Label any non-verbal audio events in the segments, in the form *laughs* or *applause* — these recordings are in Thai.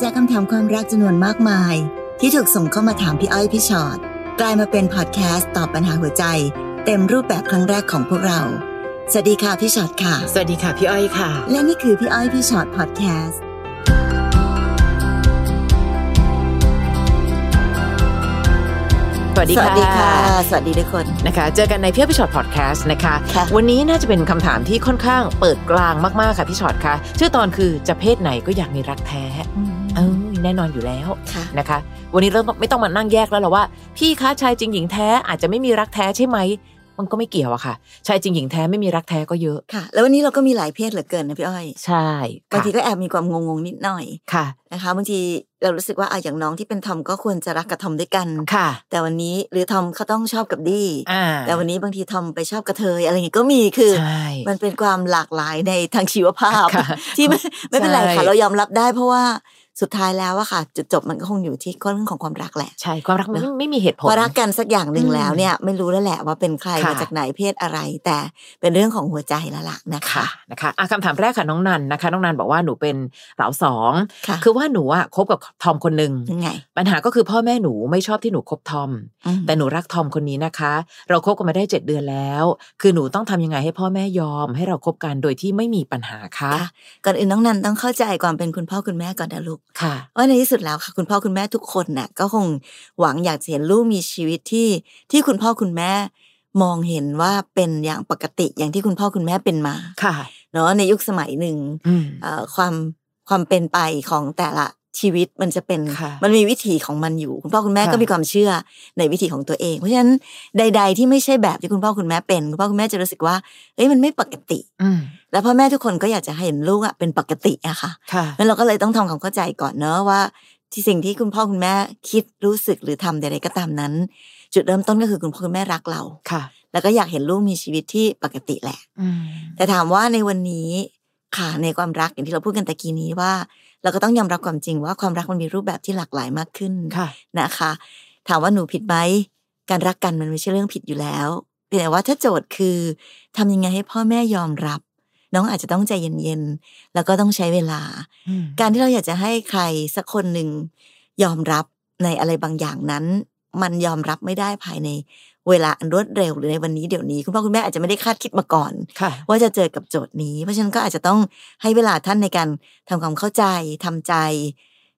จากคำถามความรักจำนวนมากมาย ที่ถูกส่งเข้ามาถามพี่อ้อยพี่ชอ็อตกลายมาเป็นพอดแคสต์ตอบปัญหาหัวใจ เต็มรูปแบบครั้งแรกของพวกเรา สวัสดีค่ะพี่ชอ็อตค่ะ สวัสดีค่ะพี่อ้อยค่ะ และนี่คือพี่อ้อยพี่ชอ็อตพอดแคสต์ สวัสดี สวัสดีค่ะ สวัสดีทุกคน นะคะ เจอกันในพี่อ้อยพี่ชอตพอดแคสต์นะคะ ค่ะ วันนี้น่าจะเป็นคำถามที่ค่อนข้างเปิดกลางมากๆค่ะพี่ชอตค่ะ ชื่อตอนคือจะเพศไหนก็อยากมีรักแท้เอ้ยแน่นอนอยู่แล้ว ค่ะ นะคะ วันนี้เราต้องไม่ต้องมานั่งแยกแล้วหรอว่า พี่คะชายจริงหญิงแท้อาจจะไม่มีรักแท้ใช่ไหม มันก็ไม่เกี่ยวอะค่ะ ชายจริงหญิงแท้ไม่มีรักแท้ก็เยอะ ค่ะ แล้ววันนี้เราก็มีหลายเพศเหลือเกินนะพี่อ้อย ใช่ บาง ค่ะ ทีก็แอบมีความงงๆนิดหน่อย ค่ะ นะคะบางทีเรารู้สึกว่าอ่ะอย่างน้องที่เป็นทอมก็ควรจะรักกับทอมด้วยกัน ค่ะ แต่วันนี้หรือทอมเขาต้องชอบกับดี้ อ่า แต่วันนี้บางทีทอมไปชอบกระเทยอะไรอย่างเงี้ยก็มีคือ ใช่ มันเป็นความหลากหลายในทางชีวภาพ ค่ะ ที่ไม่ไม่เป็นไร ใช่ ค่ะเรายอมรับได้เพราะว่าสุดท้ายแล้วอะค่ะ จุดจบมันก็คงอยู่ที่เรื่องของความรักแหละ ใช่ความรักมันไม่ไม่มีเหตุผ พอ ล รักกันสักอย่างหนึ่ง อืม แล้วเนี่ยไม่รู้แล้วแหละว่าเป็นใคร ค่ะ มาจากไหนเพศอะไร แต่เป็นเรื่องของหัวใจและหลักนะคะ ค่ะนะคะอ่ะคำถามแรกค่ะน้องนันนะคะ น้องนันบอกว่าหนูเป็นเหลาสอง ค่ะ คือว่าหนูอ่ะคบกับทอมคนหนึ่ง ยังไง ปัญหาก็คือพ่อแม่หนูไม่ชอบที่หนูคบทอม อืม แต่หนูรักทอมคนนี้นะคะ เราคบกันมาได้เจ็ดเดือนแล้ว คือหนูต้องทำยังไงให้พ่อแม่ยอม ให้เราคบกันโดยที่ไม่มีปัญหาคะ ค่ะก่อนอื่นน้องนันต้องเข้าใจความเป็นคุณพ่อคุณแม่ก่อนนะลูก ค่ะ ว่าในที่สุดแล้วค่ะคุณพ่อคุณแม่ทุกคนน่ะก็คงหวังอยากจะเห็นลูกมีชีวิตที่ที่คุณพ่อคุณแม่มองเห็นว่าเป็นอย่างปกติอย่างที่คุณพ่อคุณแม่เป็นมา ค่ะ เนาะในยุคสมัยหนึ่ง อืม เอ่อความความเป็นไปของแต่ละชีวิตมันจะเป็น ค่ะ มันมีวิถีของมันอยู่ คุณพ่อคุณแม่ ค่ะ ก็มีความเชื่อในวิถีของตัวเอง เพราะฉะนั้นใด ๆ ที่ไม่ใช่แบบที่คุณพ่อคุณแม่เป็นคุณพ่อคุณแม่จะรู้สึกว่าเอ้ยมันไม่ปกติ อืม แล้วพ่อแม่ทุกคนก็อยากจะให้เห็นลูกอะเป็นปกติอะค่ะ ค่ะ งั้นเราก็เลยต้องทำความเข้าใจก่อนเนอะว่า ที่สิ่งที่คุณพ่อคุณแม่คิดรู้สึกหรือทำใดๆก็ตามนั้น จุดเริ่มต้นก็คือคุณพ่อคุณแม่รักเรา ค่ะ แล้วก็อยากเห็นลูกมีชีวิตที่ปกติแหละ อืม แต่ถามว่าในวันนี้ค่ะในความรักอย่างที่เราพูดกันตะกี้นี้ว่า เราก็ต้องยอมรับความจริงว่าความรักมันมีรูปแบบที่หลากหลายมากขึ้น ค่ะ นะคะ ถามว่าหนูผิดไหมการรักกันมันไม่ใช่เรื่องผิดอยู่แล้วเพียงแต่ว่าถ้าโจทย์คือทำยังไงให้พ่อแม่ยอมรับ น้องอาจจะต้องใจเย็นๆแล้วก็ต้องใช้เวลา อืม การที่เราอยากจะให้ใครสักคนหนึ่งยอมรับในอะไรบางอย่างนั้น มันยอมรับไม่ได้ภายในเวลาอันรวดเร็วหรือในวันนี้เดี๋ยวนี้คุณพ่อคุณแม่อาจจะไม่ได้คาดคิดมาก่อน ค่ะ ว่าจะเจอกับโจทย์นี้ เพราะฉะนั้นก็อาจจะต้องให้เวลาท่านในการทำความเข้าใจทำใจ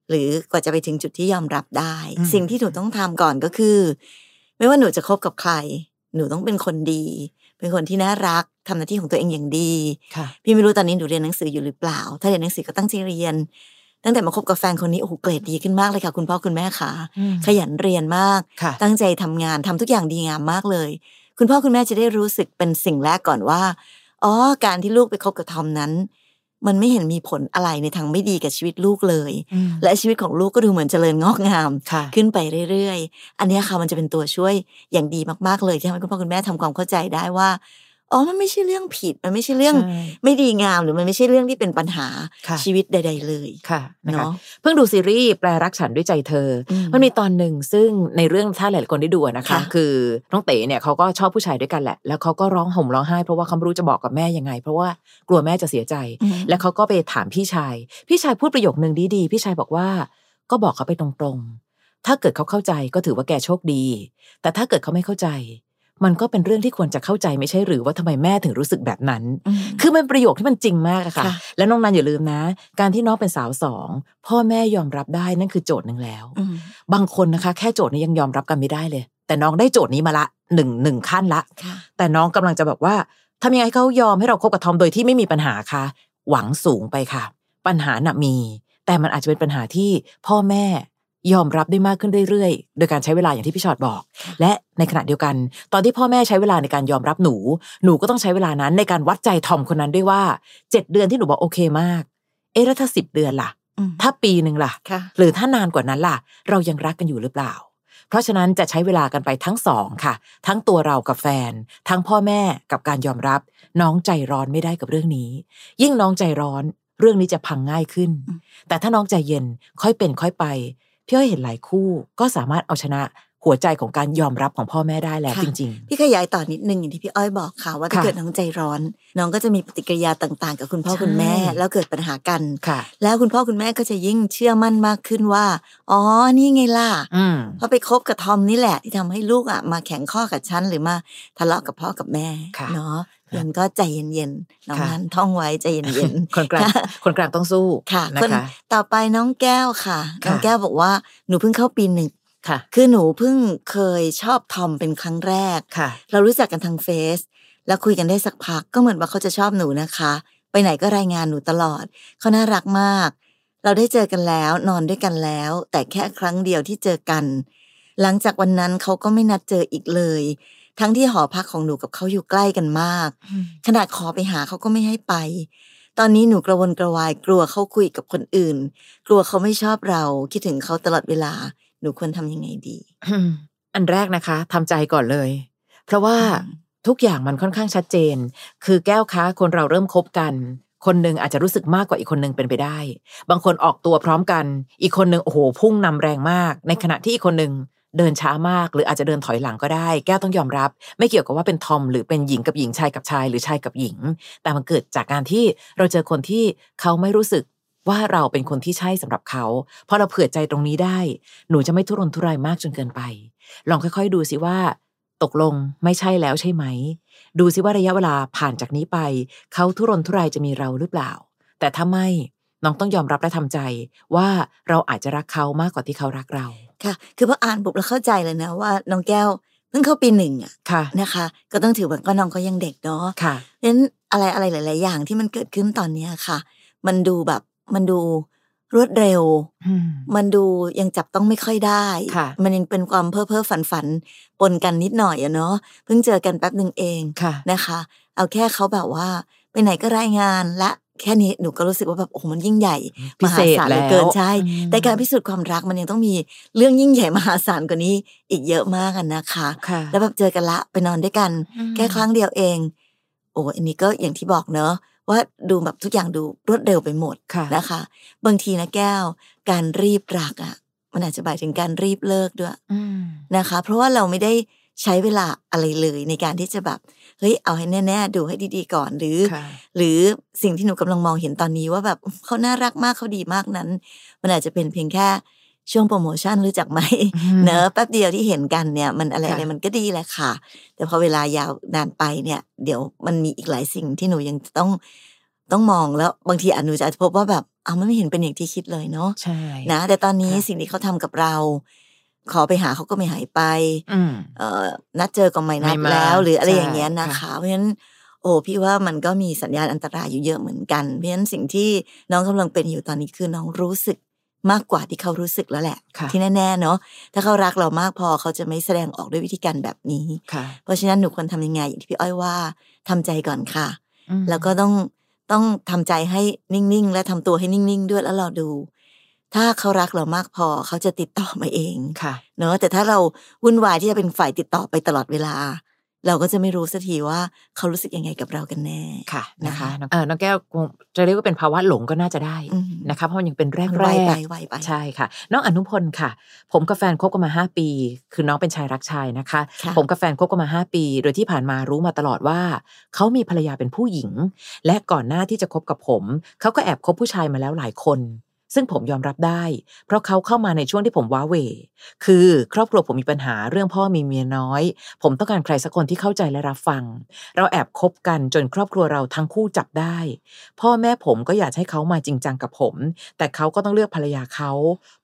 หรือกว่าจะไปถึงจุดที่ยอมรับได้ อืม สิ่งที่หนูต้องทำก่อนก็คือ ไม่ว่าหนูจะคบกับใคร หนูต้องเป็นคนดี เป็นคนที่น่ารักทำหน้าที่ของตัวเองอย่างดี ค่ะ พี่ไม่รู้ตอนนี้หนูเรียนหนังสืออยู่หรือเปล่า ถ้าเรียนหนังสือก็ตั้งใจเรียน ตั้งแต่มาคบกับแฟนคนนี้โอ้โหเกรดดีขึ้นมากเลยค่ะ คุณพ่อคุณแม่ค่ะ อืม ขยันเรียนมาก ค่ะ ตั้งใจทำงานทำทุกอย่างดีงามมากเลย คุณพ่อคุณแม่จะได้รู้สึกเป็นสิ่งแรกก่อนว่า อ๋อ การที่ลูกไปคบกับทอมนั้น มันไม่เห็นมีผลอะไรในทางไม่ดีกับชีวิตลูกเลย อืม และชีวิตของลูกก็ดูเหมือนเจริญงอกงาม ค่ะ ขึ้นไปเรื่อยๆ อันเนี้ยค่ะมันจะเป็นตัวช่วยอย่างดีมากๆเลยที่ทำให้คุณพ่อคุณแม่ทำความเข้าใจได้ว่า อ๋อ มันไม่ใช่เรื่องผิด มันไม่ใช่เรื่อง ใช่ ไม่ดีงามหรือมันไม่ใช่เรื่องที่เป็นปัญหา ค่ะ ชีวิตใด ๆ เลย ค่ะนะคะ เนาะ เพิ่งดูซีรีส์แปลรักฉันด้วยใจเธออ อื มันมีตอนหนึ่งซึ่งในเรื่องถ้าหลายๆคนได้ดูอะนะคะ ค่ะ คือน้องเต๋เนี่ยเขาก็ชอบผู้ชายด้วยกันแหละ แล้วเขาก็ร้องห่มร้องไห้เพราะว่าเขาไม่รู้จะบอกกับแม่ยังไง เพราะว่ากลัวแม่จะเสียใจ อืม แล้วเขาก็ไปถามพี่ชาย พี่ชายพูดประโยคนึงดีๆ พี่ชายบอกว่า ก็บอกเขาไปตรงๆ ถ้าเกิดเขาเข้าใจก็ถือว่าแกโชคดี แต่ถ้าเกิดเขาไม่เข้าใจ มันก็เป็นเรื่องที่ควรจะเข้าใจไม่ใช่หรือว่าทำไมแม่ถึงรู้สึกแบบนั้น อืม คือมันประโยคที่มันจริงมากอะค่ะ ค่ะ แล้วน้องนันอย่าลืมนะ การที่น้องเป็นสาวสอง พ่อแม่ยอมรับได้นั่นคือโจทย์หนึ่งแล้ว อืม บางคนนะคะ แค่โจทย์นี้ยังยอมรับกันไม่ได้เลย แต่น้องได้โจทย์นี้มาละหนึ่งหนึ่งขั้นละ ค่ะ แต่น้องกำลังจะแบบว่าทำยังไงให้เขายอมให้เราคบกับทอมโดยที่ไม่มีปัญหาคะหวังสูงไปค่ะ ปัญหาน่ะมี แต่มันอาจจะเป็นปัญหาที่พ่อแม่ยอมรับได้มากขึ้นเรื่อยๆ โดยการใช้เวลาอย่างที่พี่ชอตบอก และในขณะเดียวกัน ตอนที่พ่อแม่ใช้เวลาในการยอมรับหนู หนูก็ต้องใช้เวลานั้นในการวัดใจทอมคนนั้นด้วยว่าเจ็ดเดือนที่หนูบอกโอเคมาก เอ๊ะแล้วถ้าสิบเดือนล่ะ อืม ถ้าปีหนึ่งล่ะ ค่ะ หรือถ้านานกว่านั้นล่ะ เรายังรักกันอยู่หรือเปล่า เพราะฉะนั้นจะใช้เวลากันไปทั้งสองค่ะ ทั้งตัวเรากับแฟน ทั้งพ่อแม่กับการยอมรับ น้องใจร้อนไม่ได้กับเรื่องนี้ ยิ่งน้องใจร้อน เรื่องนี้จะพังง่ายขึ้น อืม แต่ถ้าน้องใจเย็นค่อยเป็นค่อยไปพี่อ้อยเห็นหลายคู่ก็สามารถเอาชนะ หัวใจของการยอมรับของพ่อแม่ได้แล้ว ค่ะ จริง พี่ขยายต่อนิดนึงอย่างที่พี่อ้อยบอกค่ะ ว่าถ้า ค่ะ เกิดน้องใจร้อน น้องก็จะมีปฏิกิริยาต่าง ๆ กับคุณพ่อ ใช่ คุณแม่ แล้วเกิดปัญหากัน ๆ ค่ะ แล้วคุณพ่อคุณแม่ก็จะยิ่งเชื่อมั่นมากขึ้นว่า อ๋อนี่ไงล่ะ อืม เพราะไปคบกับทอมนี่แหละ ที่ทำให้ลูกอ่ะมาแข็งข้อกับฉันหรือมาทะเลาะกับพ่อกับแม่ ค่ะ เนาะยันก็ใจเย็นๆน้อง ค่ะ นั้นท่องไว้ใจเย็น คน *laughs* กลาง ค่ะ คนกลางต้องสู้ ๆค่ะ *laughs* นะ คน คะ ต่อไปน้องแก้วค่ะ ค่ะ น้องแก้วบอกว่าหนูเพิ่งเข้าปีหนึ่ง ค่ะ คือหนูเพิ่งเคยชอบทอมเป็นครั้งแรก ค่ะ เรารู้จักกันทางเฟซแล้วคุยกันได้สักพักก็เหมือนว่าเขาจะชอบหนูนะคะ ไปไหนก็รายงานหนูตลอด เขาน่ารักมาก เราได้เจอกันแล้วนอนด้วยกันแล้ว แต่แค่ครั้งเดียวที่เจอกัน หลังจากวันนั้นเขาก็ไม่นัดเจออีกเลย ทั้งที่หอพักของหนูกับเขาอยู่ใกล้กันมาก ขนาดขอไปหาเขาก็ไม่ให้ไป ตอนนี้หนูกระวนกระวายกลัวเขาคุยกับคนอื่น กลัวเขาไม่ชอบเราคิดถึงเขาตลอดเวลา หนูควรทำยังไงดี อืมอันแรกนะคะทำใจก่อนเลย เพราะว่าทุกอย่างมันค่อนข้างชัดเจน คือแก้วค้าคนเราเริ่มคบกัน คนหนึ่งอาจจะรู้สึกมากกว่าอีกคนหนึ่งเป็นไปได้ บางคนออกตัวพร้อมกัน อีกคนหนึ่งโอ้โหพุ่งนำแรงมาก ในขณะที่อีกคนหนึ่งเดินช้ามาก หรืออาจจะเดินถอยหลังก็ได้ แก้วต้องยอมรับ ไม่เกี่ยวกับว่าเป็นทอมหรือเป็นหญิงกับหญิงชายกับชายหรือชายกับหญิง แต่มันเกิดจากการที่เราเจอคนที่เขาไม่รู้สึกว่าเราเป็นคนที่ใช่สำหรับเขาพอเราเผื่อใจตรงนี้ได้ หนูจะไม่ทุรนทุรายมากจนเกินไป ลองค่อยๆดูสิว่า ตกลงไม่ใช่แล้วใช่ไหม ดูสิว่าระยะเวลาผ่านจากนี้ไป เขาทุรนทุรายจะมีเราหรือเปล่า แต่ถ้าไม่น้องต้องยอมรับและทำใจ ว่าเราอาจจะรักเขามากกว่าที่เขารักเรา ค่ะ คือพออ่านปุ๊บเราเข้าใจเลยนะว่าน้องแก้วเพิ่งเข้าปีหนึ่งอะ ค่ะ นะคะ ก็ต้องถือว่าก็น้องก็ยังเด็กเนาะ ค่ะ เพราะฉะนั้นอะไรอะไรหลาย ๆ อย่างที่มันเกิดขึ้นตอนเนี้ยค่ะ มันดูแบบมันดูรวดเร็ว อืม มันดูยังจับต้องไม่ค่อยได้ ค่ะ มันยังเป็นความเพ้อเพ้อฝันฝันๆปนกันนิดหน่อยอะเนาะเพิ่งเจอกันแป๊บหนึ่งเอง ค่ะ นะคะ เอาแค่เขาแบบว่า ไปไหนก็รายงานและแค่นี้หนูก็รู้สึกว่าแบบโอ้โหมันยิ่งใหญ่ พิเศษ มหาศาลเหลื แล้ อ ว เกินใช่ อืม แต่การพิสูจน์ความรักมันยังต้องมีเรื่องยิ่งใหญ่มหาศาลกว่านี้อีกเยอะมากอะนะคะ ค่ะ แล้วแบบเจอกันละไปนอนด้วยกัน อืม แค่ครั้งเดียวเอง โอ้อันนี้ก็อย่างที่บอกเนอะว่าดูแบบทุกอย่างดูรวดเร็วไปหมด ค่ะ นะคะ บางทีนะแก้ว การรีบรักอะ่ะ มันอาจจะหมายถึงการรีบเลิกด้วย อืม นะคะ เพราะว่าเราไม่ได้ใช้เวลาอะไรเลยในการที่จะแบบเฮ้ยเอาให้แน่ๆดูให้ดีๆก่อนหรือ ค่ะ หรือสิ่งที่หนูกำลังมองเห็นตอนนี้ว่าแบบ *laughs* เขาน่ารักมากเขาดีมากนั้น มันอาจจะเป็นเพียงแค่ช่วงโปรโมชั่นรู้จักไหม *laughs* เนอะแป๊บเดียวที่เห็นกันเนี่ยมันอะไรอะไร ค่ะ มันก็ดีแหละค่ะ แต่พอเวลายาวนานไปเนี่ย เดี๋ยวมันมีอีกหลายสิ่งที่หนูยังต้องต้องมองแล้วบางทีอาจหนูจะอาจจะพบว่าแบบเอามันไม่เห็นเป็นอย่างที่คิดเลยเนาะ ใช่ นะแต่ตอนนี้ ค่ะ สิ่งที่เขาทำกับเรา ขอไปหาเขาก็ไม่หายไป อืม เอ่อนัดเจอก็ไม่นั ไม่ ด มา แล้วหรืออะไร ใช่ อย่างเงี้ยนะคะ ค่ะ เพราะฉะนั้นโอ้พี่ว่ามันก็มีสัญญาณอันตรายอยู่เยอะเหมือนกัน เพราะฉะนั้นสิ่งที่น้องกำลังเป็นอยู่ตอนนี้คือน้องรู้สึกมากกว่าที่เขารู้สึกแล้วแหละ ค่ะ ที่แน่ๆเนาะถ้าเขารักเรามากพอเขาจะไม่แสดงออกด้วยวิธีการแบบนี้ ค่ะ เพราะฉะนั้นหนูควรทำยังไงอย่างที่พี่อ้อยว่าทำใจก่อนค่ะ อืม แล้วก็ต้องต้องทำใจให้นิ่งๆ และทำตัวให้นิ่งๆ ด้วยแล้วเราดู ถ้าเขารักเรามากพอเขาจะติดต่อมาเอง ค่ะ เนอะแต่ถ้าเราวุ่นวายที่จะเป็นฝ่ายติดต่อไปตลอดเวลา เราก็จะไม่รู้สักทีว่าเขารู้สึกยังไงกับเรากันแน่ ค่ะนะคะ นะคะ เออน้องแก้วคงจะเรียกว่าเป็นภาวะหลงก็น่าจะได้ อืม นะคะ เพราะมันยังเป็นแรก มัน แร ไว ก ไปไวไป ใช่ค่ะ น้องอนุพลค่ะ ผมกับแฟนคบกันมา 5 ปี คือน้องเป็นชายรักชายนะคะ ค่ะ ผมกับแฟนคบกันมา 5 ปี โดยที่ผ่านมารู้มาตลอดว่า เขามีภรรยาเป็นผู้หญิง และก่อนหน้าที่จะคบกับผม เขาก็แอบคบผู้ชายมาแล้วหลายคน ซึ่งผมยอมรับได้ เพราะเขาเข้ามาในช่วงที่ผมว้าเหวคือครอบครัวผมมีปัญหาเรื่องพ่อมีเมียน้อย ผมต้องการใครสักคนที่เข้าใจและรับฟัง เราแอบคบกันจนครอบครัวเราทั้งคู่จับได้ พ่อแม่ผมก็อยากให้เขามาจริงจังกับผม แต่เขาก็ต้องเลือกภรรยาเขา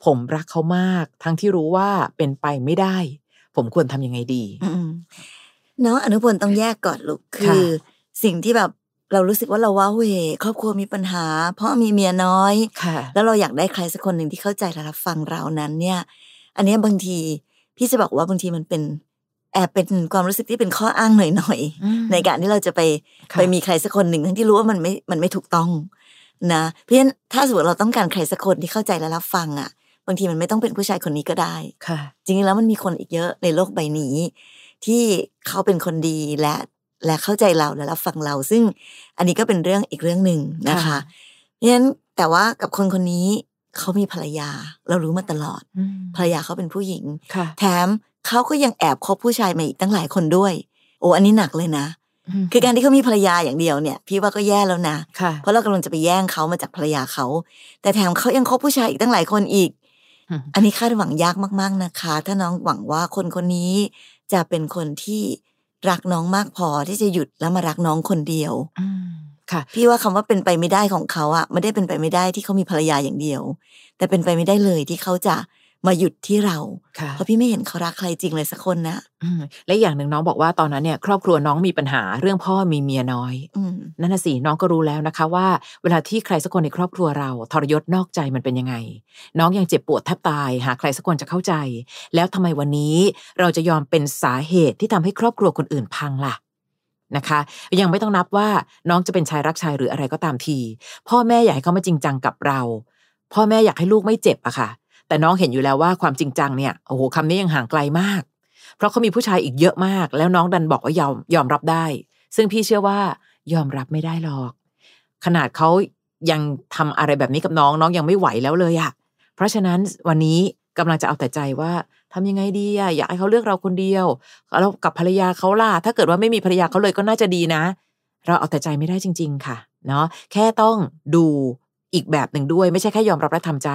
ผมรักเขามาก ทั้งที่รู้ว่าเป็นไปไม่ได้ ผมควรทำยังไงดี อืมน้องอนุพลต้องแยกก่อนลูกคือสิ่งที่แบบเรารู้สึกว่าเราว้าเหวครอบครัวมีปัญหา เพราะมีเมียน้อย ค่ะ แล้วเราอยากได้ใครสักคนหนึ่งที่เข้าใจและรับฟังเรานั้น เนี่ย อันเนี้ยบางที พี่จะบอกว่าบางทีมันเป็น แอบเป็นความรู้สึกที่เป็นข้ออ้างหน่อย อืม ๆในการที่เราจะไป ค่ะ ไปมีใครสักคนหนึ่งทั้งที่รู้ว่ามันไม่ มันไม่ถูกต้องนะเพราะฉะนั้นถ้าสมมติเราต้องการใครสักคนที่เข้าใจและรับฟังอ่ะ บางทีมันไม่ต้องเป็นผู้ชายคนนี้ก็ได้ ค่ะ จริงๆแล้วมันมีคนอีกเยอะในโลกใบนี้ ที่เขาเป็นคนดีและและเข้าใจเราและรับฟังเรา ซึ่งอันนี้ก็เป็นเรื่องอีกเรื่องหนึ่งนะคะ ค่ะ เพราะฉะนั้นแต่ว่ากับคนคนนี้เขามีภรรยา เรารู้มาตลอด อืม ภรรยาเขาเป็นผู้หญิง ค่ะ แถม เขาก็ยังแอบคบผู้ชายมาอีกตั้งหลายคนด้วย โอ้อันนี้หนักเลยนะ ม คือการที่เขามีภรรยาอย่างเดียวเนี่ย พี่ว่าก็แย่แล้วนะ ค่ะ เพราะเรากำลังจะไปแย่งเขามาจากภรรยาเขา แต่แถมเขายังคบผู้ชายอีกตั้งหลายคนอีก อืม อันนี้คาดหวังยากมากๆนะคะ ถ้าน้องหวังว่าคนคนนี้จะเป็นคนที่รักน้องมากพอที่จะหยุดแล้วมารักน้องคนเดียว อืมค่ะ พี่ว่าคำว่าเป็นไปไม่ได้ของเขาอะไม่ได้เป็นไปไม่ได้ที่เขามีภรรยาอย่างเดียว แต่เป็นไปไม่ได้เลยที่เขาจะมาหยุดที่เรา ค่ะ เพราะพี่ไม่เห็นเขารักใครจริงเลยสักคนนะ อืมและอีกอย่างหนึ่งน้องบอกว่าตอนนั้นเนี่ยครอบครัวน้องมีปัญหาเรื่องพ่อมีเมียน้อย อืม นั่นน่ะสิน้องก็รู้แล้วนะคะว่า เวลาที่ใครสักคนในครอบครัวเราทรยศนอกใจมันเป็นยังไง น้องยังเจ็บปวดแทบตาย หาใครสักคนจะเข้าใจ แล้วทำไมวันนี้เราจะยอมเป็นสาเหตุที่ทำให้ครอบครัวคนอื่นพังล่ะนะคะ ยังไม่ต้องนับว่าน้องจะเป็นชายรักชายหรืออะไรก็ตามที พ่อแม่อยากให้เขามาจริงจังกับเรา พ่อแม่อยากให้ลูกไม่เจ็บอะค่ะ แต่น้องเห็นอยู่แล้วว่าความจริงจังเนี่ยโอ้โหคำนี้ยังห่างไกลมาก เพราะเขามีผู้ชายอีกเยอะมาก แล้วน้องดันบอกว่ายอมยอมรับได้ ซึ่งพี่เชื่อว่ายอมรับไม่ได้หรอก ขนาดเขายังทำอะไรแบบนี้กับน้องน้องยังไม่ไหวแล้วเลยอะเพราะฉะนั้นวันนี้กำลังจะเอาแต่ใจว่าทำยังไงดีอะอยากให้เขาเลือกเราคนเดียวแล้วกับภรรยาเขาล่ะถ้าเกิดว่าไม่มีภรรยาเขาเลยก็น่าจะดีนะ เราเอาแต่ใจไม่ได้จริง ๆ ค่ะเนาะแค่ต้องดูอีกแบบหนึ่งด้วย ไม่ใช่แค่ยอมรับและทำใจ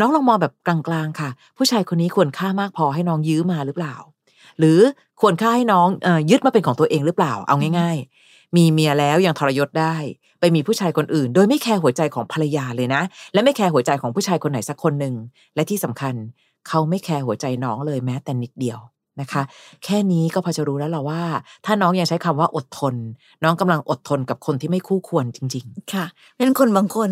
น้องลองมองแบบกลางๆค่ะ ผู้ชายคนนี้ควรค่ามากพอให้น้องยื้อมาหรือเปล่า หรือควรค่าให้น้องเอ่อยึดมาเป็นของตัวเองหรือเปล่าเอาง่าย ๆ มีเมียแล้วยังทรยศได้ ไปมีผู้ชายคนอื่น โดยไม่แคร์หัวใจของภรรยาเลยนะ และไม่แคร์หัวใจของผู้ชายคนไหนสักคนหนึ่งและที่สำคัญ เขาไม่แคร์หัวใจน้องเลยแม้แต่นิดเดียวนะคะ แค่นี้ก็พอจะรู้แล้วล่ะว่า ถ้าน้องยังใช้คำว่าอดทน น้องกำลังอดทนกับคนที่ไม่คู่ควรจริง ค่ะเพราะฉะนั้นคนบางคน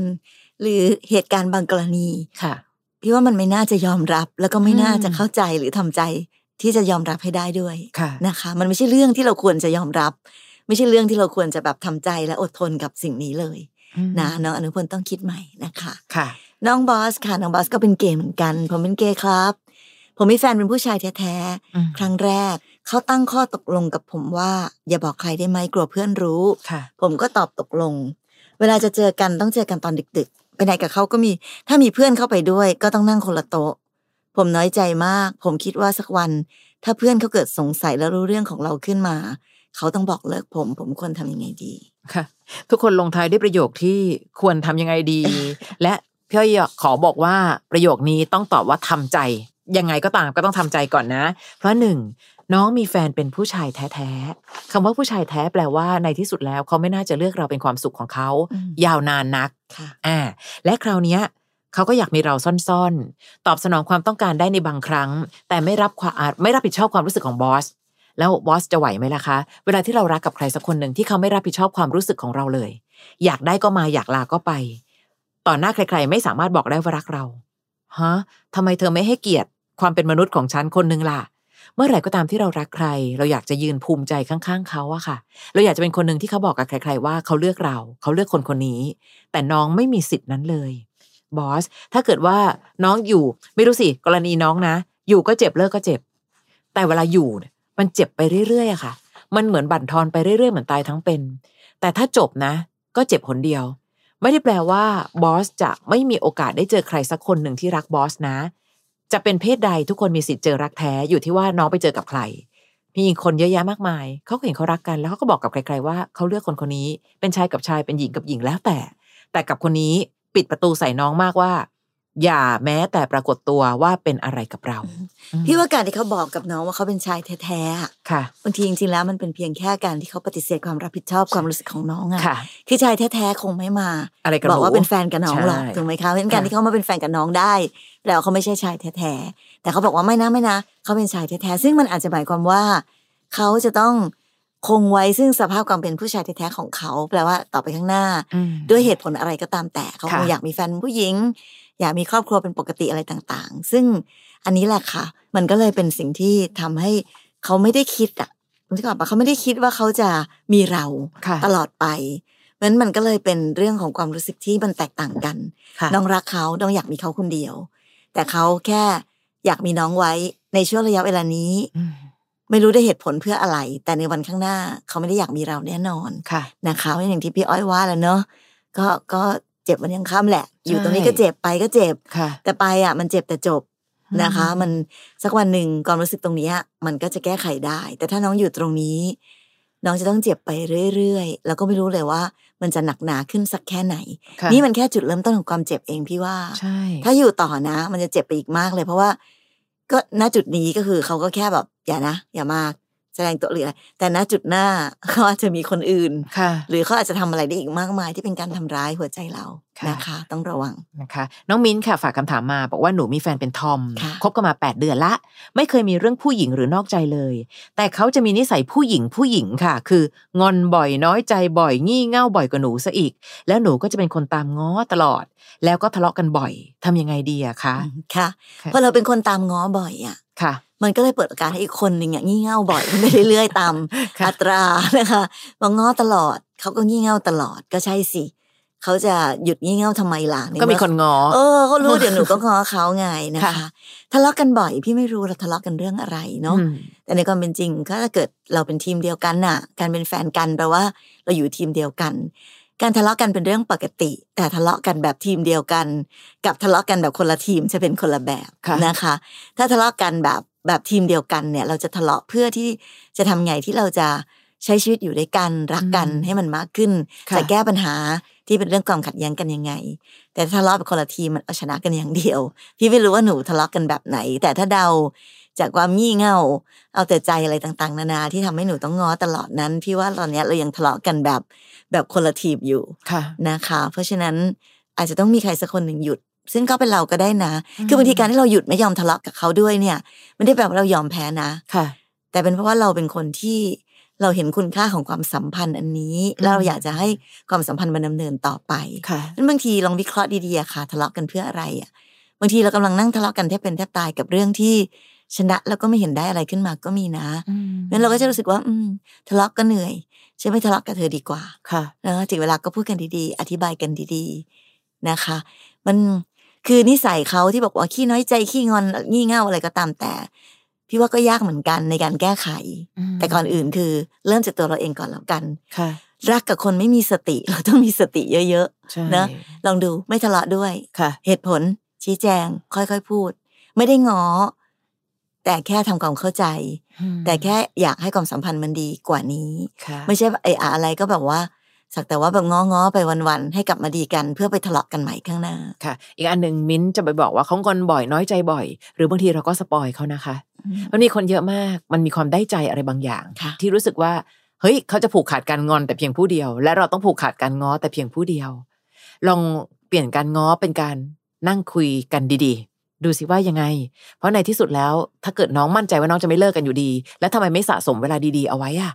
หรือเหตุการณ์บางกรณี ๆ ค่ะ พี่ว่ามันไม่น่าจะยอมรับ แล้วก็ไม่ อืม น่าจะเข้าใจหรือทำใจ ที่จะยอมรับให้ได้ด้วย ค่ะ นะคะ มันไม่ใช่เรื่องที่เราควรจะยอมรับ ไม่ใช่เรื่องที่เราควรจะแบบทำใจและอดทนกับสิ่งนี้เลยนะน้องอนุพลต้องคิดใหม่นะคะ ค่ะ น้องบอสค่ะน้องบอสก็เป็นเกย์เหมือนกัน ผมเป็นเกย์ครับ ผมมีแฟนเป็นผู้ชายแท้ อืม ๆครั้งแรก เขาตั้งข้อตกลงกับผมว่า อย่าบอกใครได้ไหมกลัวเพื่อนรู้ ค่ะ ผมก็ตอบตกลง เวลาจะเจอกันต้องเจอกันตอนดึกๆ ไปไหนกับเขาก็มี ถ้ามีเพื่อนเข้าไปด้วย ก็ต้องนั่งคนละโต๊ะ ผมน้อยใจมาก ผมคิดว่าสักวัน ถ้าเพื่อนเขาเกิดสงสัยแล้วรู้เรื่องของเราขึ้นมา เขาต้องบอกเลิกผม ผมควรทำยังไงดี ค่ะ ทุกคนลงท้ายด้วยประโยคที่ควรทำยังไงดี และพี่อ้อยขอบอกว่าประโยคนี้ต้องตอบว่าทำใจ ยังไงก็ตามก็ต้องทำใจก่อนนะ เพราะหนึ่งน้องมีแฟนเป็นผู้ชายแท้ๆคำว่าผู้ชายแท้แปลว่าในที่สุดแล้วเขาไม่น่าจะเลือกเราเป็นความสุขของเขา อืม ยาวนานนัก ค่ะ อ่าและคราวเนี้ยเขาก็อยากมีเราซ่อนๆ ตอบสนองความต้องการได้ในบางครั้ง แต่ไม่รับความอ่าไม่รับผิดชอบความรู้สึกของบอส แล้วบอสจะไหวไหมล่ะคะ เวลาที่เรารักกับใครสักคนหนึ่งที่เขาไม่รับผิดชอบความรู้สึกของเราเลย อยากได้ก็มาอยากลาก็ไป ต่อหน้าใครๆ ไม่สามารถบอกได้ว่ารักเราฮะทำไมเธอไม่ให้เกียรติความเป็นมนุษย์ของฉันคนหนึ่งล่ะ เมื่อไหร่ก็ตามที่เรารักใคร เราอยากจะยืนภูมิใจข้างๆเขาอะค่ะ เราอยากจะเป็นคนหนึ่งที่เขาบอกกับใคร ๆ ว่าเขาเลือกเรา เขาเลือกคนคนนี้ แต่น้องไม่มีสิทธิ์นั้นเลยบอสถ้าเกิดว่าน้องอยู่ไม่รู้สิกรณีน้องนะ อยู่ก็เจ็บเลิกก็เจ็บ แต่เวลาอยู่เนี่ยมันเจ็บไปเรื่อยๆอะค่ะ มันเหมือนบั่นทอนไปเรื่อยๆเหมือนตายทั้งเป็น แต่ถ้าจบนะ ก็เจ็บหนเดียว ไม่ได้แปลว่าบอสจะไม่มีโอกาสได้เจอใครสักคนหนึ่งที่รักบอสนะ จะเป็นเพศใดทุกคนมีสิทธิ์เจอรักแท้อยู่ที่ว่าน้องไปเจอกับใคร มีคนเยอะแยะมากมาย เขาก็เห็นเขารักกัน แล้วเขาก็บอกกับใคร ๆ ว่าเขาเลือกคนคนนี้ เป็นชายกับชาย เป็นหญิงกับหญิงแล้วแต่ แต่กับคนนี้ปิดประตูใส่น้องมากว่า อย่าแม้แต่ปรากฏตัวว่าเป็นอะไรกับเรา พี่ว่าการที่เขาบอกกับน้องว่าเขาเป็นชายแท้ๆอะ ค่ะ บางทีจริงๆแล้วมันเป็นเพียงแค่การที่เขาปฏิเสธความรับผิดชอบความรู้สึกของน้องอะ ค่ะ คือชายแท้ๆคงไม่มา อะไรกับ บอกว่า ห เป็นแฟนกับน้องหรอก ใช่ ถูกไหมคะเพราะฉะนั้นการ ค่ะ ที่เขามาเป็นแฟนกับน้องได้แปลว่าเขาไม่ใช่ชายแท้ๆแต่เขาบอกว่าไม่นะไม่นะเขาเป็นชายแท้ๆซึ่งมันอาจจะหมายความว่า เขาจะต้องคงไว้ซึ่งสภาพความเป็นผู้ชายแท้ๆของเขา แปลว่าต่อไปข้างหน้า อืม ด้วยเหตุผลอะไรก็ตามแต่เขาคง ค่ะ อยากมีแฟนผู้หญิง อยากมีครอบครัวเป็นปกติอะไรต่างๆ ซึ่งอันนี้แหละค่ะ มันก็เลยเป็นสิ่งที่ทำให้เขาไม่ได้คิดอ่ะมันที่บอกว่าเขาไม่ได้คิดว่าเขาจะมีเรา ค่ะ ตลอดไปเพราะฉะนั้นมันก็เลยเป็นเรื่องของความรู้สึกที่มันแตกต่างกัน ค่ะ น้องรักเขาน้องอยากมีเขาคนเดียว แต่เขาแค่อยากมีน้องไว้ในช่วงระยะเวลานี้ อืม ไม่รู้ได้เหตุผลเพื่ออะไร แต่ในวันข้างหน้าเขาไม่ได้อยากมีเราแน่นอน ค่ะ นะคะอย่างที่พี่อ้อยว่าแหล้วเนอะก็ก็เจ็บมันยังข้ามแหละ อยู่ ใช่ ตรงนี้ก็เจ็บไปก็เจ็บ ค่ะ แต่ไปอ่ะมันเจ็บแต่จบ นะคะ มันสักวันหนึ่งความรู้สึกตรงเนี้ยมันก็จะแก้ไขได้ แต่ถ้าน้องอยู่ตรงนี้ น้องจะต้องเจ็บไปเรื่อยๆ แล้วก็ไม่รู้เลยว่า มันจะหนักหนาขึ้นสักแค่ไหน ค่ะ นี่มันแค่จุดเริ่มต้นของความเจ็บเองพี่ว่า ใช่ ถ้าอยู่ต่อนะ มันจะเจ็บไปอีกมากเลย เพราะว่า ก็ณจุดนี้ก็คือเขาก็แค่แบบอย่านะ อย่ามากแสดงตัวหรืออะไรแต่ณจุดหน้า *laughs* เขาอาจจะมีคนอื่น ค่ะ หรือเขาอาจจะทำอะไรได้อีกมากมายที่เป็นการทำร้ายหัวใจเรา ค่ะ นะคะ ต้องระวัง นะคะน้องมิ้นท์ค่ะฝากคำถามมาบอกว่าหนูมีแฟนเป็นทอม ค่ะ บกันมา 8 เดือนละ ไม่เคยมีเรื่องผู้หญิงหรือนอกใจเลย แต่เขาจะมีนิสัยผู้หญิงผู้หญิงค่ะ คืองอนบ่อยน้อยใจบ่อย งี่เง่าบ่อยกว่าหนูซะอีก แล้วหนูก็จะเป็นคนตามง้อตลอด แล้วก็ทะเลาะกันบ่อยทำยังไงดีอะคะ ค่ะ ค่ะ เพราะเราเป็นคนตามง้อบ่อยอ่ะ ค่ะ มันก็เลยเปิดโอกาสให้อีกคนหนึ่งอ่ะงี่เง่าบ่อย *laughs* ขึ้นไปเรื่อยๆตาม ค่ะ อัตรา *laughs* นะคะมาง้อตลอดเขาก็งี่เง่าตลอดก็ใช่สิเขาจะหยุดงี่เง่าทำไมล่ะใเอ ก็มีคนง้อ เออเขารู้ เดี๋ยวหนูก็ง้อเขาไงนะคะ ค่ะ ทะเลาะกันบ่อย พี่ไม่รู้เราทะเลาะกันเรื่องอะไรเนาะ อืม แต่ในความเป็นจริงก็ถ้าเกิดเราเป็นทีมเดียวกันน่ะ การเป็นแฟนกันแปลว่า เราอยู่ทีมเดียวกัน การทะเลาะกันเป็นเรื่องปกติ แต่ทะเลาะกันแบบทีมเดียวกัน กับทะเลาะกันแบบคนละทีมจะเป็นคนละแบบ ค่ะ นะคะ ถ้าทะเลาะกันแบบแบบทีมเดียวกันเนี่ย เราจะทะเลาะเพื่อที่จะทำไงที่เราจะใช้ชีวิตอยู่ด้วยกันรักกัน อืม ให้มันมากขึ้น ค่ะ จะแก้ปัญหาที่เป็นเรื่องความขัดแย้งกันยังไง แต่ถ้าทะเลาะเป็นคนละทีมมันเอาชนะกันอย่างเดียว *laughs* พี่ไม่รู้ว่าหนูทะเลาะกันแบบไหน แต่ถ้าเดาจากความงี่เง่า เอาแต่ใจอะไรต่างๆ นานาที่ทำให้หนูต้องง้อตลอดนั้น พี่ว่าตอนเนี้ยเรายังทะเลาะกันแบบแบบคนละทีมอยู่ ค่ะ นะคะ เพราะฉะนั้นอาจจะต้องมีใครสักคนหนึ่งหยุด ซึ่งก็เป็นเราก็ได้นะ อืม คือบางทีการที่เราหยุดไม่ยอมทะเลาะกับเขาด้วยเนี่ยไม่ได้แปลว่าเรายอมแพ้นะ ค่ะ แต่เป็นเพราะว่าเราเป็นคนที่เราเห็นคุณค่าของความสัมพันธ์อันนี้ แล้วเราอยากจะให้ความสัมพันธ์มันดำเนินต่อไป ค่ะ นั้นบางทีลองวิเคราะห์ดีๆอะค่ะ ทะเลาะกันเพื่ออะไรอ่ะบางทีเรากำลังนั่งทะเลาะกันแทบเป็นแทบตายกับเรื่องที่ชนะแล้วก็ไม่เห็นได้อะไรขึ้นมาก็มีนะงั้นเราก็จะรู้สึกว่า อืม ทะเลาะก็เหนื่อยฉันไม่ทะเลาะกับเธอดีกว่า ค่ะ แล้วถึงเวลาก็พูดกันดีๆ อธิบายกันดีๆนะคะ มันคือนิสัยเขาที่บอกว่าขี้น้อยใจขี้งอนงี่เง่าอะไรก็ตามแต่ พี่ว่าก็ยากเหมือนกันในการแก้ไข แต่ก่อนอื่นคือ เริ่มจากตัวเราเองก่อนแล้วกัน ค่ะ รักกับคนไม่มีสติ *laughs* เราต้องมีสติเยอะ ๆ ใช่ นะ ลองดูไม่ทะเลาะด้วย ค่ะ เหตุผล ชี้แจง ค่อยๆพูด ไม่ได้ง้อแต่แค่ทำความเข้าใจ แต่แค่อยากให้ความสัมพันธ์มันดีกว่านี้ ค่ะ ไม่ใช่ไอ้อะอะไรก็แบบว่า สักแต่ว่าแบบง้อๆไปวันๆให้กลับมาดีกันเพื่อไปทะเลาะกันใหม่ข้างหน้า ค่ะ อีกอันหนึ่งมิ้นท์จะไปบอกว่าเขางอนบ่อยน้อยใจบ่อย หรือบางทีเราก็สปอยเขานะคะ มันมีคนเยอะมาก มันมีความได้ใจอะไรบางอย่าง ค่ะ ที่รู้สึกว่า เฮ้ย เขาจะผูกขาดการงอนแต่เพียงผู้เดียว และเราต้องผูกขาดการง้อแต่เพียงผู้เดียว ลองเปลี่ยนการง้อเป็นการนั่งคุยกันดีๆ ดูสิว่ายังไง เพราะในที่สุดแล้ว ถ้าเกิดน้องมั่นใจว่าน้องจะไม่เลิกกันอยู่ดี แล้วทำไมไม่สะสมเวลาดีๆเอาไว้อะ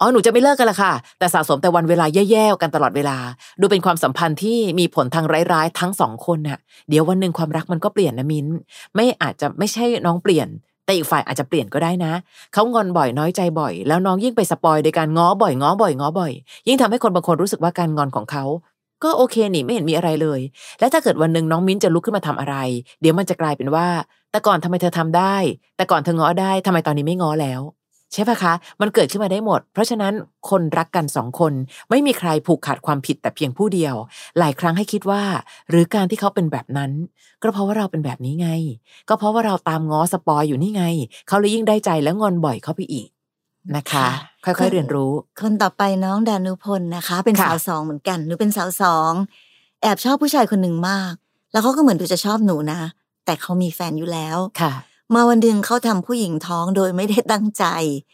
อ๋อหนูจะไม่เลิกกันละค่ะ แต่สะสมแต่วันเวลาแย่ๆกันตลอดเวลา ดูเป็นความสัมพันธ์ที่มีผลทางร้ายๆทั้งสองคนน่ะ เดี๋ยววันหนึ่งความรักมันก็เปลี่ยนนะมิ้น ไม่อาจจะไม่ใช่น้องเปลี่ยน แต่อีกฝ่ายอาจจะเปลี่ยนก็ได้นะ เขางอนบ่อยน้อยใจบ่อย แล้วน้องยิ่งไปสปอยโดยการง้อบ่อยง้อบ่อยง้อบ่อย ยิ่งทำให้คนบางคนรู้สึกว่าการงอนของเขา ก็โอเคนี่ไม่เห็นมีอะไรเลย และถ้าเกิดวันหนึ่งน้องมิ้นจะลุกขึ้นมาทำอะไร เดี๋ยวมันจะกลายเป็นว่า แต่ก่อนทำไมเธอทำได้ แต่ก่อนเธอง้อได้ทำไมตอนนี้ไม่ง้อแล้ว ใช่ปะคะ มันเกิดขึ้นมาได้หมด เพราะฉะนั้นคนรักกันสองคน ไม่มีใครผูกขาดความผิดแต่เพียงผู้เดียว หลายครั้งให้คิดว่า หรือการที่เขาเป็นแบบนั้น ก็เพราะว่าเราเป็นแบบนี้ไง ก็เพราะว่าเราตามง้อสปอยอยู่นี่ไง เขาเลยยิ่งได้ใจและงอนบ่อยเข้าไปอีกนะคะ ค่อยๆเรียนรู้ คนต่อไปน้องดานุพลนะคะ เป็น ค่ะ สาวสองเหมือนกันหนูเป็นสาวสองแอบชอบผู้ชายคนหนึ่งมาก แล้วเขาก็เหมือนหนูจะชอบหนูนะ แต่เขามีแฟนอยู่แล้ว ค่ะ มาวันหนึ่งเขาทำผู้หญิงท้องโดยไม่ได้ตั้งใจ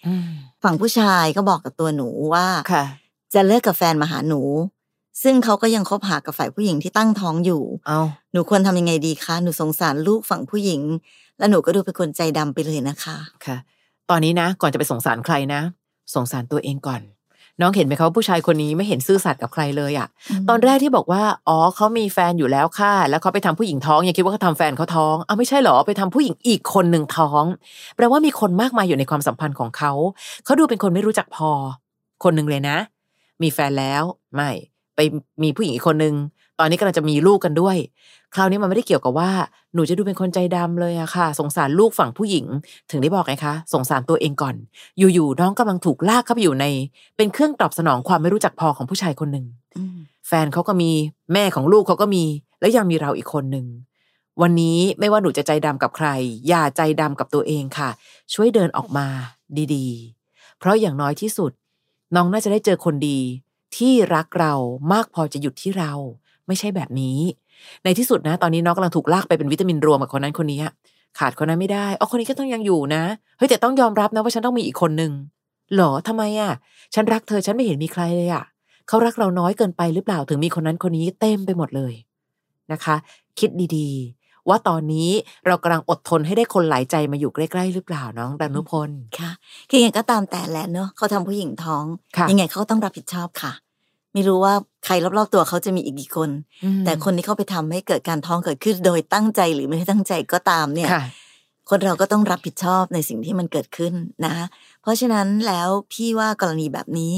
อืม ฝั่งผู้ชายก็บอกกับตัวหนูว่า ค่ะ จะเลิกกับแฟนมาหาหนู ซึ่งเขาก็ยังคบหากับฝ่ายผู้หญิงที่ตั้งท้องอยู่ เอา หนูควรทำยังไงดีคะ หนูสงสารลูกฝั่งผู้หญิง และหนูก็ดูเป็นคนใจดำไปเลยนะคะ ค่ะ ตอนนี้นะ ก่อนจะไปสงสารใครนะ สงสารตัวเองก่อน น้องเห็นไหมคะว่าผู้ชายคนนี้ไม่เห็นซื่อสัตย์กับใครเลยอะ่ะ ตอนแรกที่บอกว่า อ๋อเขามีแฟนอยู่แล้วค่ะ แล้วเขาไปทำผู้หญิงท้อง ยังคิดว่าเขาทำแฟนเขาท้องเอาไม่ใช่เหรอ ไปทำผู้หญิงอีกคนหนึ่งท้อง แปลว่ามีคนมากมายอยู่ในความสัมพันธ์ของเขา เขาดูเป็นคนไม่รู้จักพอ คนหนึ่งเลยนะ มีแฟนแล้ว ไม่ ไปมีผู้หญิงอีกคนหนึ่ง ตอนนี้กำลังจะมีลูกกันด้วย คราวนี้มันไม่ได้เกี่ยวกับว่า หนูจะดูเป็นคนใจดำเลยอะค่ะ สงสารลูกฝั่งผู้หญิง ถึงได้บอกไงคะ สงสารตัวเองก่อน อยู่ๆน้องกำลังถูกลากเข้าไปอยู่ใน เป็นเครื่องตอบสนองความไม่รู้จักพอของผู้ชายคนหนึ่ง แฟนเขาก็มีแม่ของลูกเขาก็มี แล้วยังมีเราอีกคนหนึ่ง วันนี้ไม่ว่าหนูจะใจดำกับใคร อย่าใจดำกับตัวเองค่ะ ช่วยเดินออกมาดีๆ เพราะอย่างน้อยที่สุด น้องน่าจะได้เจอคนดี ที่รักเรามากพอจะหยุดที่เรา ไม่ใช่แบบนี้ ในที่สุดนะ ตอนนี้น้องกำลังถูกลากไปเป็นวิตามินรวมกับคนนั้นคนนี้ ขาดคนนั้นไม่ได้อ๋อคนนี้ก็ต้องยังอยู่นะเฮ้ยแต่ต้องยอมรับนะว่าฉันต้องมีอีกคนนึงหรอทำไมอ่ะ ฉันรักเธอฉันไม่เห็นมีใครเลยอ่ะ เขารักเราน้อยเกินไปหรือเปล่าถึงมีคนนั้นคนนี้เต็มไปหมดเลยนะคะ คิดดีๆ ว่าตอนนี้เรากำลังอดทนให้ได้คนหลายใจมาอยู่ใกล้ๆ หรือเปล่าน้องดานุพล ค่ะคือยังไงก็ตามแต่แหละเนอะเขาทำผู้หญิงท้อง ค่ะ ยังไงเขาก็ต้องรับผิดชอบค่ะ ไม่รู้ว่าใครรอบๆตัวเขาจะมีอีกกี่คน อืม แต่คนที่เขาไปทำให้เกิดการท้องเกิดขึ้นโดยตั้งใจหรือไม่ได้ตั้งใจก็ตามเนี่ย ค่ะ คนเราก็ต้องรับผิดชอบในสิ่งที่มันเกิดขึ้นนะ เพราะฉะนั้นแล้วพี่ว่ากรณีแบบนี้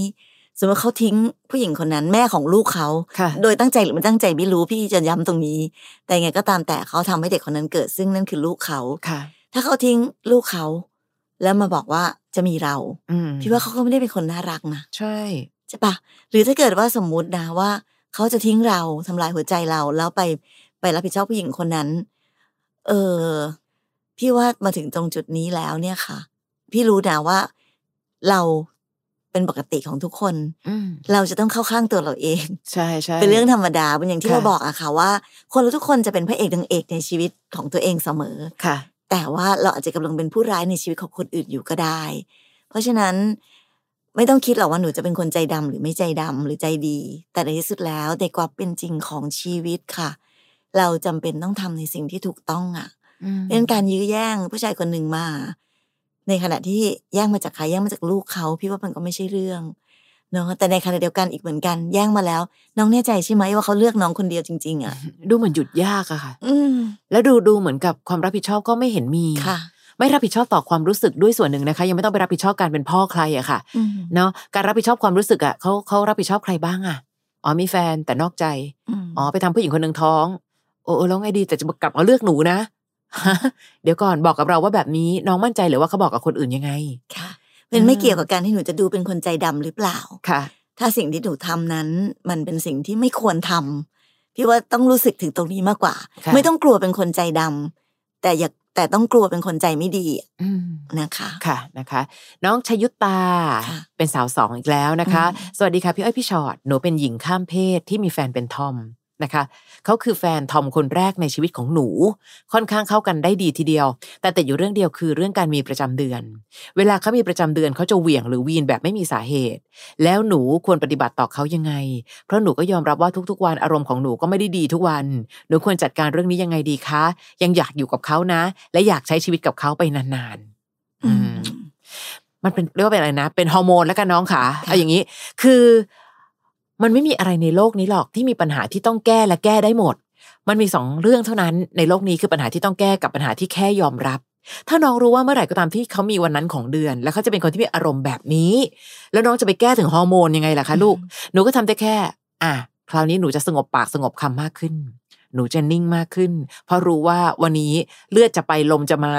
สมมติเขาทิ้งผู้หญิงคนนั้นแม่ของลูกเขา ค่ะ โดยตั้งใจหรือไม่ตั้งใจไม่รู้พี่จะย้ำตรงนี้ แต่ยังไงก็ตามแต่เขาทำให้เด็กคนนั้นเกิดซึ่งนั่นคือลูกเขา ค่ะ ถ้าเขาทิ้งลูกเขา แล้วมาบอกว่าจะมีเรา อืม พี่ว่าเขาก็ไม่ได้เป็นคนน่ารักนะ ใช่ ใช่ปะหรือถ้าเกิดว่าสมมุตินะว่า เขาจะทิ้งเราทำลายหัวใจเราแล้วไปไปรับผิดชอบผู้หญิงคนนั้น เออพี่ว่ามาถึงตรงจุดนี้แล้วเนี่ยค่ะ พี่รู้นะว่าเราเป็นปกติของทุกคน อืม เราจะต้องเข้าข้างตัวเราเอง ใช่ใช่ เป็นเรื่องธรรมดาเป็นอย่างที่ ค่ะ เราบอกอะค่ะว่า คนเราทุกคนจะเป็นพระเอกนางเอกในชีวิตของตัวเองเสมอ ค่ะ แต่ว่าเราอาจจะกำลังเป็นผู้ร้ายในชีวิตของคนอื่นอยู่ก็ได้ เพราะฉะนั้นไม่ต้องคิดหรอกว่าหนูจะเป็นคนใจดำหรือไม่ใจดำหรือใจดี แต่ในที่สุดแล้วในความเป็นจริงของชีวิตค่ะ เราจำเป็นต้องทำในสิ่งที่ถูกต้องอะ่ะ อืม เป็นการยื้อแย่งผู้ชายคนหนึ่งมา ในขณะที่แย่งมาจากใครแย่งมาจากลูกเขาพี่ว่ามันก็ไม่ใช่เรื่องเนาะแต่ในขณะเดียวกันอีกเหมือนกันแย่งมาแล้ว น้องแน่ใจใช่ไหมว่าเขาเลือกน้องคนเดียวจริง ๆอ่ะ ดูเหมือนหยุดยาก *laughs* อะค่ะ อืม แล้วดูดูเหมือนกับความรับผิดชอบก็ไม่เห็นมี ค่ะ ไม่รับผิดชอบต่อความรู้สึกด้วยส่วนหนึ่งนะคะ ยังไม่ต้องไปรับผิดชอบการเป็นพ่อใครอะค่ะ อืม เนาะการรับผิดชอบความรู้สึกอะเขาเขารับผิดชอบใครบ้างอะอ๋อมีแฟนแต่นอกใจ ม อ๋อไปทำผู้หญิงคนหนึ่งท้อง โอ้เออแล้วไงดีแต่จะกลับมาเลือกหนูนะ *laughs* เดี๋ยวก่อนบอกกับเราว่าแบบนี้น้องมั่นใจหรือว่าเขาบอกกับคนอื่นยังไง ค่ะมันไม่เกี่ยวกับการที่หนูจะดูเป็นคนใจดำหรือเปล่า ค่ะ ถ้าสิ่งที่หนูทำนั้น มันเป็นสิ่งที่ไม่ควรทำพี่ว่าต้องรู้สึกถึงตรงนี้มากกว่า ค่ะ ไม่ต้องกลัวเป็นคนใจดำแต่อย่าแต่ต้องกลัวเป็นคนใจไม่ดี อืม นะคะ ค่ะนะคะ น้องชยุตตา ค่ะ เป็นสาวสองอีกแล้วนะคะ สวัสดีค่ะพี่อ้อยพี่ชอตหนูเป็นหญิงข้ามเพศที่มีแฟนเป็นทอมนะคะเขาคือแฟนทอมคนแรกในชีวิตของหนู ค่อนข้างเข้ากันได้ดีทีเดียว แต่ติดอยู่เรื่องเดียวคือเรื่องการมีประจำเดือน เวลาเขามีประจำเดือนเขาจะเหวี่ยงหรือวีนแบบไม่มีสาเหตุ แล้วหนูควรปฏิบัติต่อเขายังไง เพราะหนูก็ยอมรับว่าทุกๆ วันอารมณ์ของหนูก็ไม่ได้ดีทุกวัน หนูควรจัดการเรื่องนี้ยังไงดีคะ ยังอยากอยู่กับเขานะ และอยากใช้ชีวิตกับเขาไปนานๆ อืม มันเป็นเรียกว่าเป็นอะไรนะ เป็นฮอร์โมนแล้วกันน้องค่ะ ค่ะ เอาอย่างนี้ คือมันไม่มีอะไรในโลกนี้หรอกที่มีปัญหาที่ต้องแก้และแก้ได้หมด มันมีสองเรื่องเท่านั้นในโลกนี้คือปัญหาที่ต้องแก้กับปัญหาที่แค่ยอมรับ ถ้าน้องรู้ว่าเมื่อไหร่ก็ตามที่เขามีวันนั้นของเดือน แล้วเขาจะเป็นคนที่มีอารมณ์แบบนี้ แล้วน้องจะไปแก้ถึงฮอร์โมนยังไงล่ะคะลูก หนูก็ทำได้แค่ อ่ะ คราวนี้หนูจะสงบปากสงบคำมากขึ้น หนูจะนิ่งมากขึ้น เพราะรู้ว่าวันนี้เลือดจะไปลมจะมา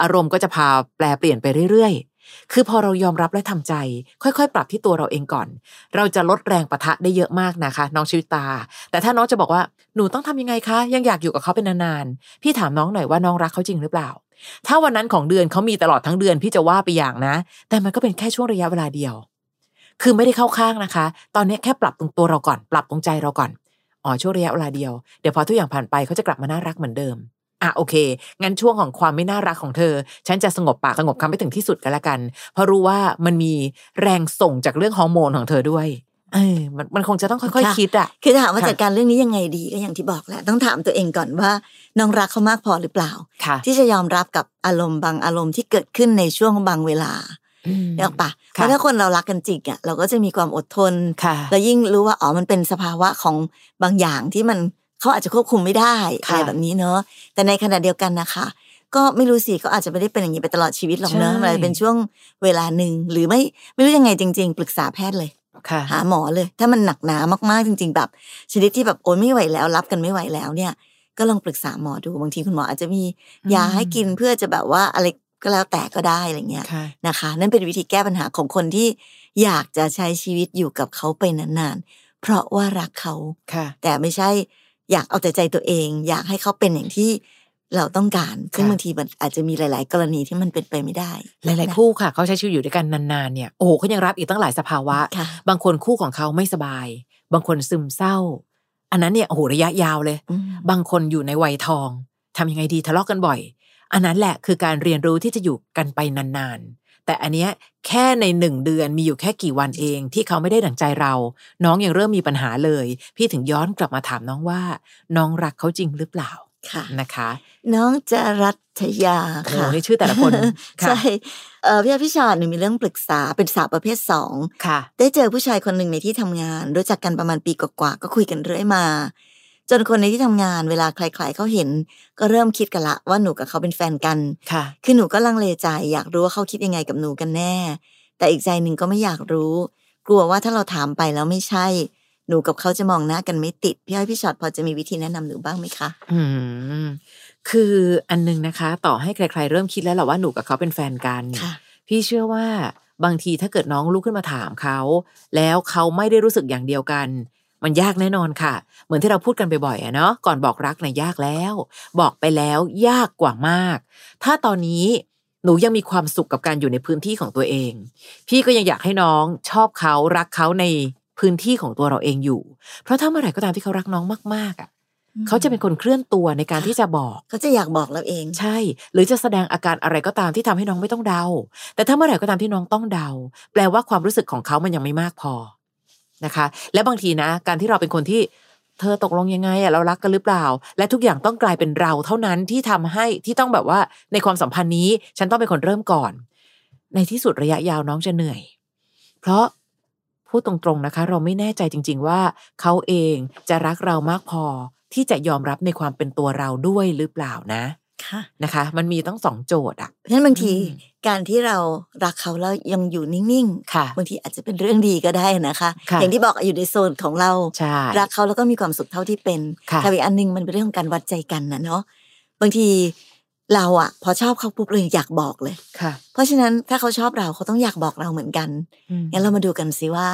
อารมณ์ก็จะพาแปลเปลี่ยนไปเรื่อยๆ คือพอเรายอมรับและทำใจ ค่อยๆ ปรับที่ตัวเราเองก่อน เราจะลดแรงปะทะได้เยอะมากนะคะ น้องชิวตา แต่ถ้าน้องจะบอกว่าหนูต้องทำยังไงคะ ยังอยากอยู่กับเขาเป็นนานๆ พี่ถามน้องหน่อยว่าน้องรักเขาจริงหรือเปล่า ถ้าวันนั้นของเดือนเขามีตลอดทั้งเดือนพี่จะว่าไปอย่างนะ แต่มันก็เป็นแค่ช่วงระยะเวลาเดียว คือไม่ได้เข้าข้างนะคะ ตอนนี้แค่ปรับตรงตัวเราก่อน ปรับตรงใจเราก่อน อ๋อ ช่วงระยะเวลาเดียว เดี๋ยวพอทุกอย่างผ่านไปเขาจะกลับมาน่ารักเหมือนเดิม อ่ะโอเค งั้นช่วงของความไม่น่ารักของเธอ ฉันจะสงบปากสงบคำไปถึงที่สุดกันละกัน เพราะรู้ว่ามันมีแรงส่งจากเรื่องฮอร์โมนของเธอด้วย เออ มันมันคงจะต้องค่อย ค่ะ ๆคิดอะ คือถามว่า ค่ะ จัดการเรื่องนี้ยังไงดีก็อย่างที่บอกแหละต้องถามตัวเองก่อนว่า น้องรักเขามากพอหรือเปล่า ค่ะ ที่จะยอมรับกับอารมณ์บางอารมณ์ที่เกิดขึ้นในช่วงบางเวลา อืม เนกปะเพ ค่ะ ราะถ้าคนเรารักกันจริงอ่ะเราก็จะมีความอดทน ค่ะ แล้วยิ่งรู้ว่าอ๋อมันเป็นสภาวะของบางอย่างที่มันเขาอาจจะควบคุมไม่ได้อะค่ะไรแบบนี้เนอะแต่ในขณะเดียวกันนะคะ ก็ไม่รู้สิเขาอาจจะไม่ได้เป็นอย่างนี้ไปตลอดชีวิตหรอกเนอะ ใช่ มันอาจจะเป็นช่วงเวลาหนึ่งหรือไม่ไม่รู้ยังไงจริง ๆ ปรึกษาแพทย์เลย ค่ะ หาหมอเลย ถ้ามันหนักหนามากๆจริง ๆ แบบ ชนิดที่แบบโอ้ยไม่ไหวแล้วรับกันไม่ไหวแล้วเนี่ย ก็ลองปรึกษาหมอดูบางทีคุณหมออาจจะมี อืม ยาให้กินเพื่อจะแบบว่าอะไรก็แล้วแต่ก็ได้อะไรเงี้ย ค่ะ นะคะนั่นเป็นวิธีแก้ปัญหาของคนที่อยากจะใช้ชีวิตอยู่กับเขาไปนานๆ เพราะว่ารักเขา ค่ะ แต่ไม่ใช่อยากเอาแต่ใจตัวเอง อยากให้เขาเป็นอย่างที่ เราต้องการซึ่ง ค่ะ บางทีมันอาจจะมีหลาย ๆ กรณีที่มันเป็นไปไม่ได้ หลาย ๆ คู่ค่ะ เขาใช้ชีวิตอยู่ด้วยกันนานๆเนี่ยโอ้โหเขายังรับอีกตั้งหลายสภาวะ ค่ะ บางคนคู่ของเขาไม่สบาย บางคนซึมเศร้า อันนั้นเนี่ยโอ้โหระยะยาวเลย อืม บางคนอยู่ในวัยทองทำยังไงดีทะเลาะกันบ่อย อันนั้นแหละคือการเรียนรู้ที่จะอยู่กันไปนานๆ แต่อันเนี้ยแค่ในหนึ่งเดือนมีอยู่แค่กี่วันเอง ที่เขาไม่ได้ดั่งใจเรา น้องยังเริ่มมีปัญหาเลย พี่ถึงย้อนกลับมาถามน้องว่า น้องรักเขาจริงหรือเปล่า ค่ะ นะคะ น้องจรัตยา โอ้โห ค่ะ นี่ชื่อแต่ละคนค่ะ ใช่เออพี่อภิชาติหนูมีเรื่องปรึกษาเป็นสาวประเภทสอง ค่ะ ได้เจอผู้ชายคนหนึ่งในที่ทำงาน รู้จักกันประมาณปีกว่าๆก็คุยกันเรื่อยมา จนคนในที่ทำงานเวลาใครๆเขาเห็น ก็เริ่มคิดกันละว่าหนูกับเขาเป็นแฟนกัน ค่ะ คือหนูก็ลังเลใจอยากรู้ว่าเขาคิดยังไงกับหนูกันแน่ แต่อีกใจหนึ่งก็ไม่อยากรู้ กลัวว่าถ้าเราถามไปแล้วไม่ใช่ หนูกับเขาจะมองหน้ากันไม่ติดพี่อ้อยพี่ชอตพอจะมีวิธีแนะนำหนูบ้างไหมคะ อืมคืออันนึงนะคะ ต่อให้ใครๆเริ่มคิดแล้วแหละว่าหนูกับเขาเป็นแฟนกัน ค่ะ พี่เชื่อว่าบางทีถ้าเกิดน้องลุกขึ้นมาถามเขา แล้วเขาไม่ได้รู้สึกอย่างเดียวกัน มันยากแน่นอนค่ะ เหมือนที่เราพูดกันบ่อยๆอะเนาะก่อนบอกรักนะยากแล้ว บอกไปแล้วยากกว่ามาก ถ้าตอนนี้หนูยังมีความสุขกับการอยู่ในพื้นที่ของตัวเอง พี่ก็ยังอยากให้น้องชอบเขารักเขาในพื้นที่ของตัวเราเองอยู่ เพราะถ้าเมื่อไหร่ก็ตามที่เขารักน้องมากๆอ่ะ เขาจะเป็นคนเคลื่อนตัวในการ ค่ะ ที่จะบอก เขาจะอยากบอกเราเอง ใช่ หรือจะแสดงอาการอะไรก็ตามที่ทำให้น้องไม่ต้องเดา แต่ถ้าเมื่อไหร่ก็ตามที่น้องต้องเดา แปลว่าความรู้สึกของเขามันยังไม่มากพอนะคะ และบางทีนะ การที่เราเป็นคนที่ เธอตกลงยังไงอะเรารักกันหรือเปล่า และทุกอย่างต้องกลายเป็นเราเท่านั้นที่ทำให้ที่ต้องแบบว่าในความสัมพันธ์นี้ ฉันต้องเป็นคนเริ่มก่อน ในที่สุดระยะยาวน้องจะเหนื่อย เพราะพูดตรงๆนะคะ เราไม่แน่ใจจริง ๆ ว่าเขาเองจะรักเรามากพอ ที่จะยอมรับในความเป็นตัวเราด้วยหรือเปล่านะ ค่ะ นะคะมันมีตั้งสองโจทย์อะ เพราะฉะนั้นบางที อืม การที่เรารักเขาแล้วยังอยู่นิ่ง ค่ะ ๆบางทีอาจจะเป็นเรื่องดีก็ได้นะคะ ค่ะ อย่างที่บอกอยู่ในโซนของเรา ใช่ รักเขาแล้วก็มีความสุขเท่าที่เป็น ค่ะ แต่อีกอันหนึงมันเป็นเรื่องของการวัดใจกันนะเนาะบางทีเราอะพอชอบเขาปุ๊บเลยอยากบอกเลย ค่ะ เพราะฉะนั้นถ้าเขาชอบเราเขาต้องอยากบอกเราเหมือนกัน อืม งั้นเรามาดูกันสิว่า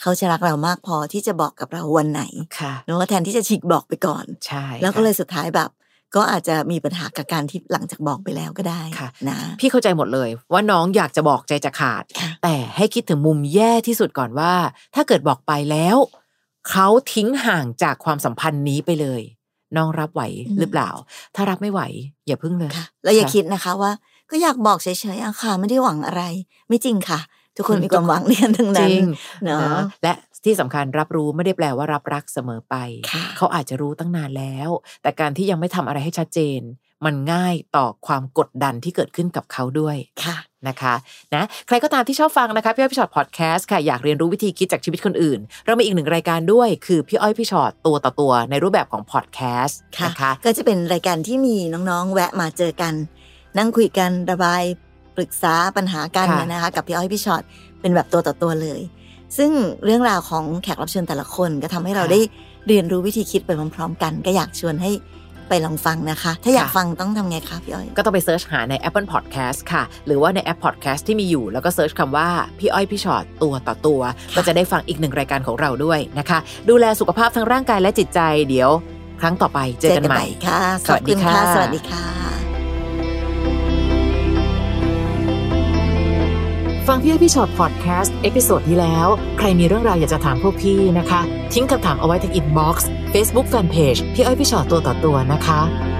เขาจะรักเรามากพอที่จะบอกกับเราวันไหน ค่ะ เนาะแทนที่จะฉีกบอกไปก่อน ใช่ แล้วก็ ค่ะ เลยสุดท้ายแบบ ก็อาจจะมีปัญหากับการที่หลังจากบอกไปแล้วก็ได้ ค่ะ นะ พี่เข้าใจหมดเลย ว่าน้องอยากจะบอกใจจะขาด ค่ะ แต่ให้คิดถึงมุมแย่ที่สุดก่อนว่า ถ้าเกิดบอกไปแล้ว เขาทิ้งห่างจากความสัมพันธ์นี้ไปเลย น้องรับไหวหรือเปล่า ถ้ารับไม่ไหว อย่าพึ่งเลย ค่ะแล้วอย่า ค่ะ คิดนะคะว่า ก็อยากบอกเฉยๆอะค่ะไม่ได้หวังอะไร ไม่จริงค่ะ ทุกคนมีความหวังเรียนทั้ง จ นั้น ริง เนาะ และที่สำคัญรับรู้ไม่ได้แปลว่ารับรักเสมอไป ค่ะ เขาอาจจะรู้ตั้งนานแล้ว แต่การที่ยังไม่ทำอะไรให้ชัดเจน มันง่ายต่อความกดดันที่เกิดขึ้นกับเขาด้วย ค่ะ นะคะนะใครก็ตามที่ชอบฟังนะคะพี่อ้อยพี่ชอตพอดแคสต์ค่ะอยากเรียนรู้วิธีคิดจากชีวิตคนอื่น เรามีอีกหนึ่งรายการด้วย คือพี่อ้อยพี่ชอตตัวต่อตัวในรูปแบบของพอดแคสต์ ค่ะ นะคะ ก็จะเป็นรายการที่มีน้องๆ แวะมาเจอกัน นั่งคุยกันระบายปรึกษาปัญหากันเนี่ยนะคะ กับพี่อ้อยพี่ชอ็อตเป็นแบบตัวต่อตัวเลย ซึ่งเรื่องราวของแขกรับเชิญแต่ละคนก็ทำให้เราได้เรียนรู้วิธีคิดไปพร้อมๆ กัน ก็อยากชวนให้ไปลองฟังนะคะ ถ้าอยากฟังต้องทำไงคะพี่อ้อย ก็ต้องไปเสิร์ชหาใน Apple Podcast ค่ะ หรือว่าในแอปพอดแคสต์ที่มีอยู่แล้วก็เสิร์ชคำว่าพี่อ้อยพี่ชอตตัวต่อตัว ก็จะได้ฟังอีกหนึ่งรายการของเราด้วยนะคะ ดูแลสุขภาพทั้งร่างกายและจิตใจเดี๋ยว ครั้งต่อไปเจอกันใหม่ ค่ะ สวัสดี ขอบณ ค่ะ สวัสดีค่ะ ฟังพี่อ้อยพี่ชอตพอดแคสต์เอพิโซดที่แล้ว ใครมีเรื่องราวอยากจะถามพวกพี่นะคะ ทิ้งคำถามเอาไว้ทางอินบ็อกซ์เฟซบุ๊กแฟนเพจพี่อ้อยพี่ชอตตัวต่อตัวนะคะ